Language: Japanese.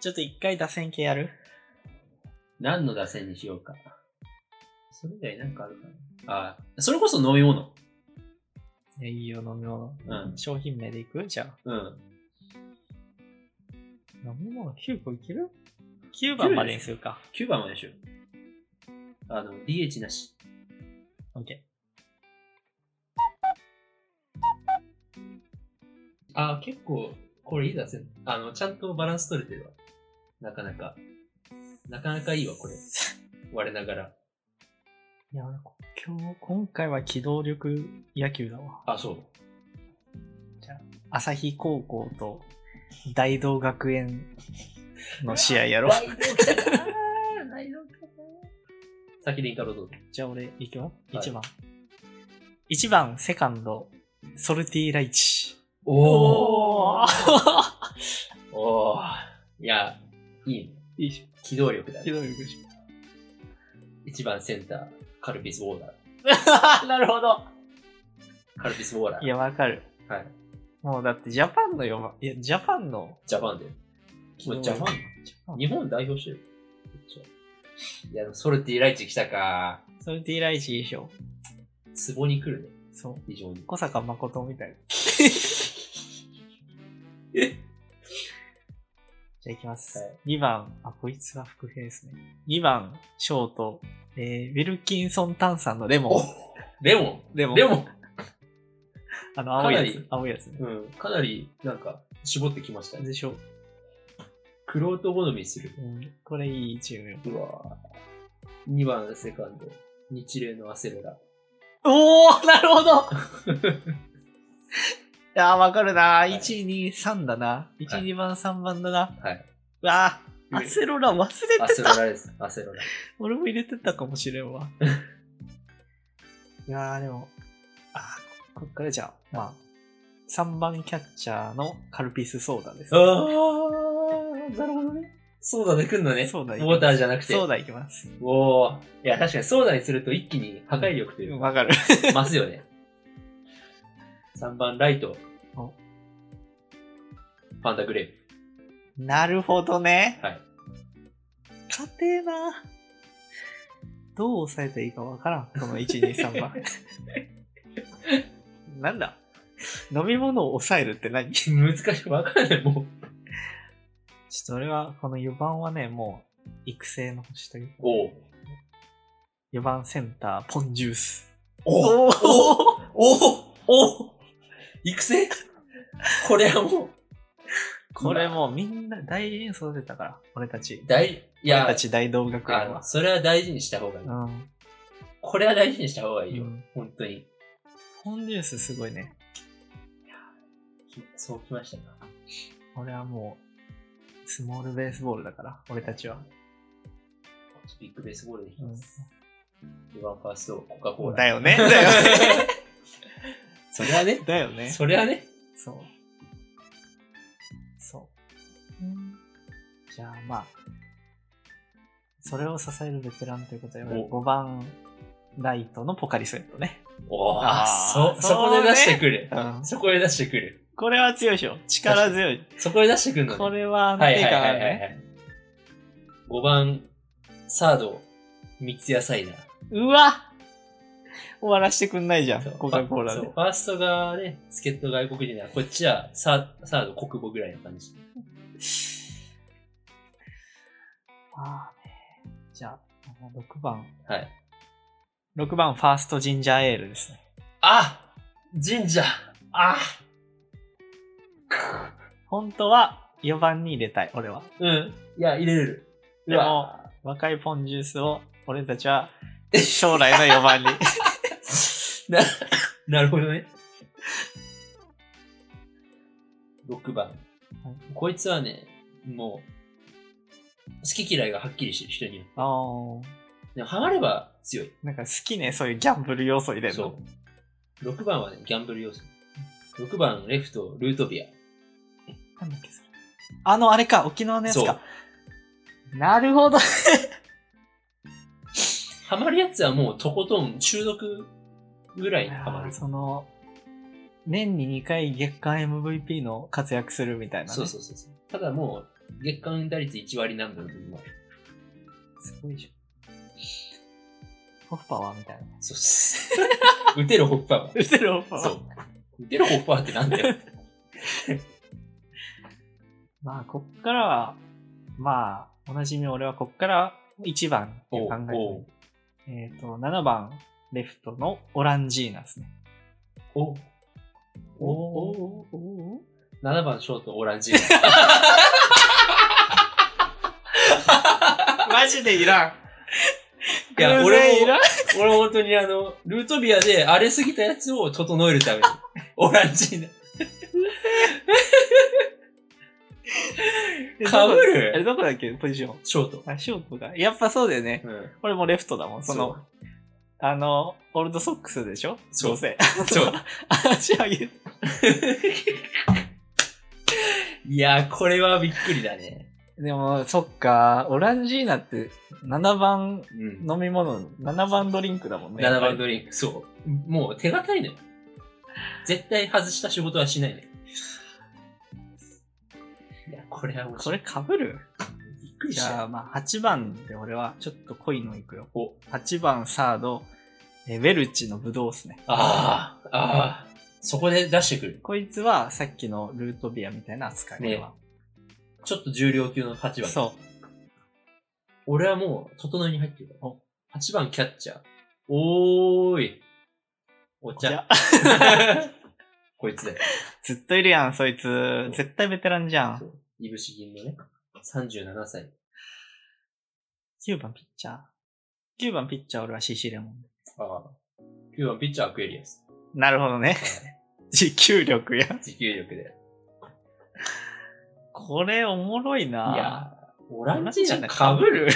ちょっと一回打線系やる何の打線にしようか。それ以外なんかあるかな。あ、それこそ飲み物。いや、いいよ、飲み物。うん。商品名でいくじゃあ。うん。飲み物9個いける ?9 番までにするか。 9番までしよう。あの、DH なし。 OK。あ、結構、これいい打線。あの、ちゃんとバランス取れてるわ。なかなか。なかなかいいわ、これ。我ながら。いや、今日、今回は機動力野球だわ。あ、そう。朝日高校と大道学園の試合やろう。先でいたろうぞ。 じゃあ俺、行くよ。い1番。1番、セカンド、ソルティライチ。おおーーおーいや、いいね。 いいし機動力だ機ね。動力でし 一番センター、カルピスウォーター。 ょ。なるほど。カルピスウォーター。いや、わかる。はい。もうだってジャパンの4番、いや、ジャパンの、ジャパンで。もうジャパジャパンン日本代表してる。いや、でもソルティライチ来たか。ソルティライチでしょ。ツボに来るね。そう。非常に。小坂誠みたいな。じゃあ行きます。はい2番、あ、こいつは伏兵ですね。2番、ショート、えー、ウィルキンソン炭酸のレモン。レモレンモン。レモンあの、青いやかなりつ。青いやつね。うん。かなり、なんか、絞ってきましたね。でしょ。クロート好みする。うん、これいいチームよ。うわぁ。2番セカンド。日例のアセロラ。おー、なるほ どいやー、わかるなー。1、2、3だな。1、はい2番、3番だな。はい。うわー、アセロラ忘れアてセロた。ラです。 アセロラ。俺も入れてたかもしれんわ。いやー、でも、あー、こっからじゃあ、まあ、3番キャッチャーのカルピスソーダです。あー、なるほどね。ソーダで来んのね。ソーダウいォきますーターじゃなくて。ソーダいきます。おー。いや、確かにソーダにすると一気に破壊力というか、わかる。増すよ ね。3番ライトお。パンダグレープ。なるほどね。はい。勝てえな。どう抑えていいかわからん。この1、2、3番。 なんだ飲み物を抑えるって何ちょ難しくわかんない、もう。っと俺は、この4番はね、もう、育成の星という。おー。 4番センター、ポンジュース。おーおおーおー育成これはもう、これもうみんな大事に育てたから、俺たち。大、い俺やた、ち大道学あ園のは。それは大事にした方がいい。うん。これは大事にした方がいいよ。うん本当に。ポンジュースすごいね。きそうきましたか。俺はもう、スモールベースボールだから、俺たちは。ビッグベースボールでいきます。一番ファースト、コカ・コーラ。だよね。だよね。 それはね、だよね。それはね、そう。そう。じゃあまあ、それを支えるベテランということで、お5番ライトのポカリスエットね。おああーそ、そこで出してくる。うんそこで出してくる。これは強いでしょ。力強い。そこで出してくるのね。これは安はい定はい感はあいるはい、はね。い。5番、サード、三ツ矢サイダー。うわ終わらせてくんないじゃん、そうコカ・コーラそうでフ。ァーストがね、助っ人外国人だからこっちはササード国母ぐらいの感じ。あーねじゃあ、6番。はい。 6番、ファーストジンジャーエールですね。あ神社あくっ本当は4番に入れたい、俺は。うん。いや、入れれる。でも、若いポンジュースを俺たちは 将来の4番に。な、 なるほどね。6番。こいつはね、もう、好き嫌いがはっきりしてる人によ あーって。でもハマれば強い。なんか好きね、そういうギャンブル要素入れるの。そう。6番はね、ギャンブル要素。6番、レフト、ルートビア。なんだっけそれあの、あれか、沖縄のやつそうか。なるほど。ハマるやつはもうとことん中毒ぐらいにハマる。その、年に2回月間 MVP の活躍するみたいな、ね。そうそうそうそう。ただもう、月間打率1割なんだよ、今。すごいじゃん。ホッパーはみたい な。そうっす。 打てるホッパーは。打てるホッ パーはそう。打てるホッパーってなんだよ。まあ、こっからは、まあ、おなじみ俺はこっから1番って考えておうる、えっ、と、7番、レフトのオランジーナですね。おおおおおお7番ショートオランジーマジでいらん。いや偶然俺 もいらん。ナ。 俺本当にあの、ルートビアで荒れすぎたやつを整える ために、オランジーナ。かぶあれるどこだっけポジション。ショート。あ、ショートが。やっぱそうだよね。うん。俺もレフトだもん。その、あの、オールドソックスでしょそうどせ。 そう。足上げて。いや、これはびっくりだね。でも、そっか、オランジーナって7番うん。飲み物、7番ドリンクだもんね。 7番ドリンク。そう。もう手堅いのよ。絶対外した仕事はしないね。いや、これは面こ白い。れかぶるびっくりじしたゃよ。あ、まあ、8番で俺はちょっと濃いのいくよ。お、 8番サード、えウェルチのブドウっすね。ああ、ああ、そこで出してくる。こいつはさっきのルートビアみたいな扱いでは。ちょっと重量級の8番。そ俺はもう、整いに入ってるからお。 8番キャッチャー。おーい。おう。茶。お茶 こいつだよ。ずっといるやん、そいつ。絶対ベテランじゃそん。ういぶし銀のね。37歳。 9番ピッチャー。9番ピッチャー俺は CC レモン。ああ。9番ピッチャーアクエリアス。なるほどね。持久力や。持久力で。これおもろいいなやー、オランジーナ被る。